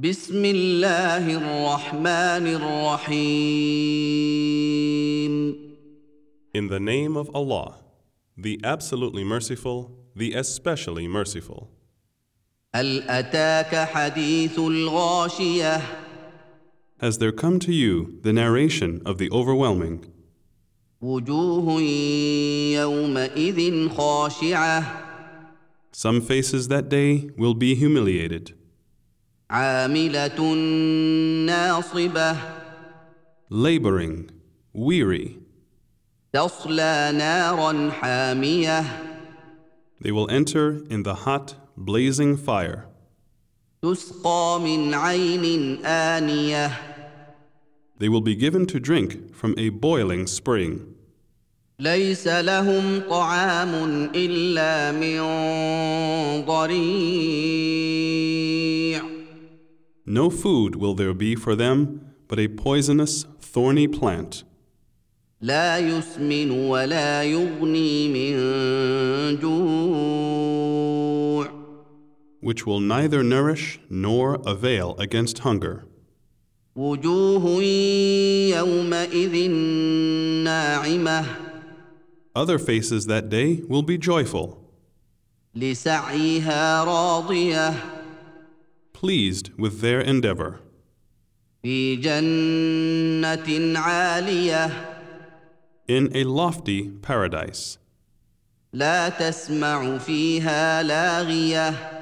بسم الله الرحمن الرحيم In the name of Allah, the absolutely merciful, the especially merciful. هل أتاك حديث الغاشية Has there come to you the narration of the overwhelming? وجوه يومئذ خاشعة Some faces that day will be humiliated, عاملة ناصبة laboring, weary. تصلى نارا حامية They will enter in the hot, blazing fire. تسقى من عين آنية They will be given to drink from a boiling spring. ليس لهم طعام إلا من ضريع No food will there be for them but a poisonous, thorny plant. لا يسمن ولا يغني من جوع which will neither nourish nor avail against hunger. وجوه يومئذ ناعمة Other faces that day will be joyful, لسعيها راضية pleased with their endeavor, في جنة عالية in a lofty paradise. لا تسمع فيها لاغية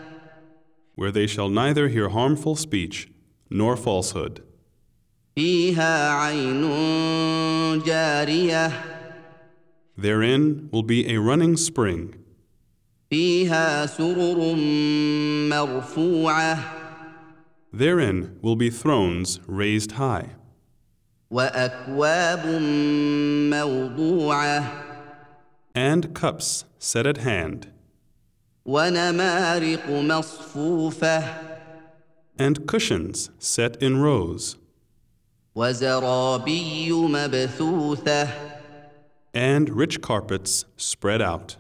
Where they shall neither hear harmful speech nor falsehood. فيها عين جارية Therein will be a running spring, فيها سرر مرفوعة therein will be thrones raised high, وأكواب موضوعة and cups set at hand, ونمارق مصفوفة and cushions set in rows, وزرابي مبثوثة and rich carpets spread out.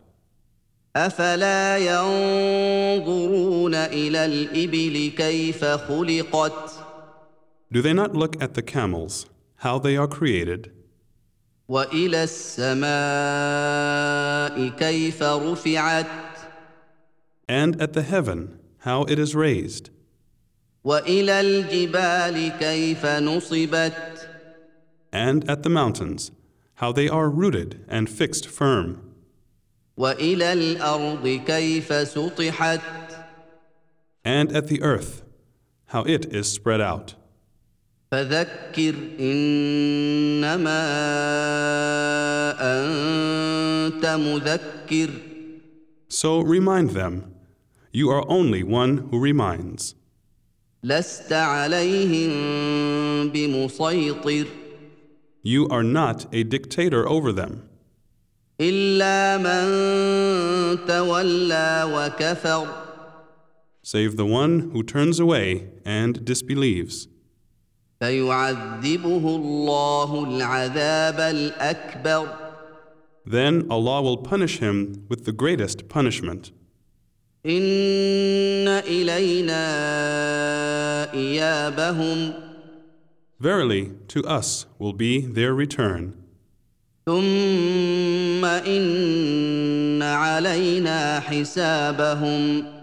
أفلا ينظرون إلى الإبل كيف خلقت Do they not look at the camels, how they are created, وإلى السماء كيف رفعت and at the heaven, how it is raised, وإلى الجبال كيف نصبت and at the mountains, how they are rooted and fixed firm, وإلى الأرض كيف سطحت and at the earth, how it is spread out? فذكر إنما أنت مذكر So remind them, you are only one who reminds. لست عليهم بمسيطر You are not a dictator over them, إلا من تولى وكفر save the one who turns away and disbelieves. فيعذبه الله العذاب الأكبر Then Allah will punish him with the greatest punishment. إن إلينا إيابهم Verily, to us will be their return, ثم إن علينا حسابهم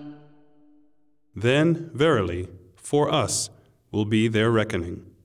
then, verily, for us will be their reckoning.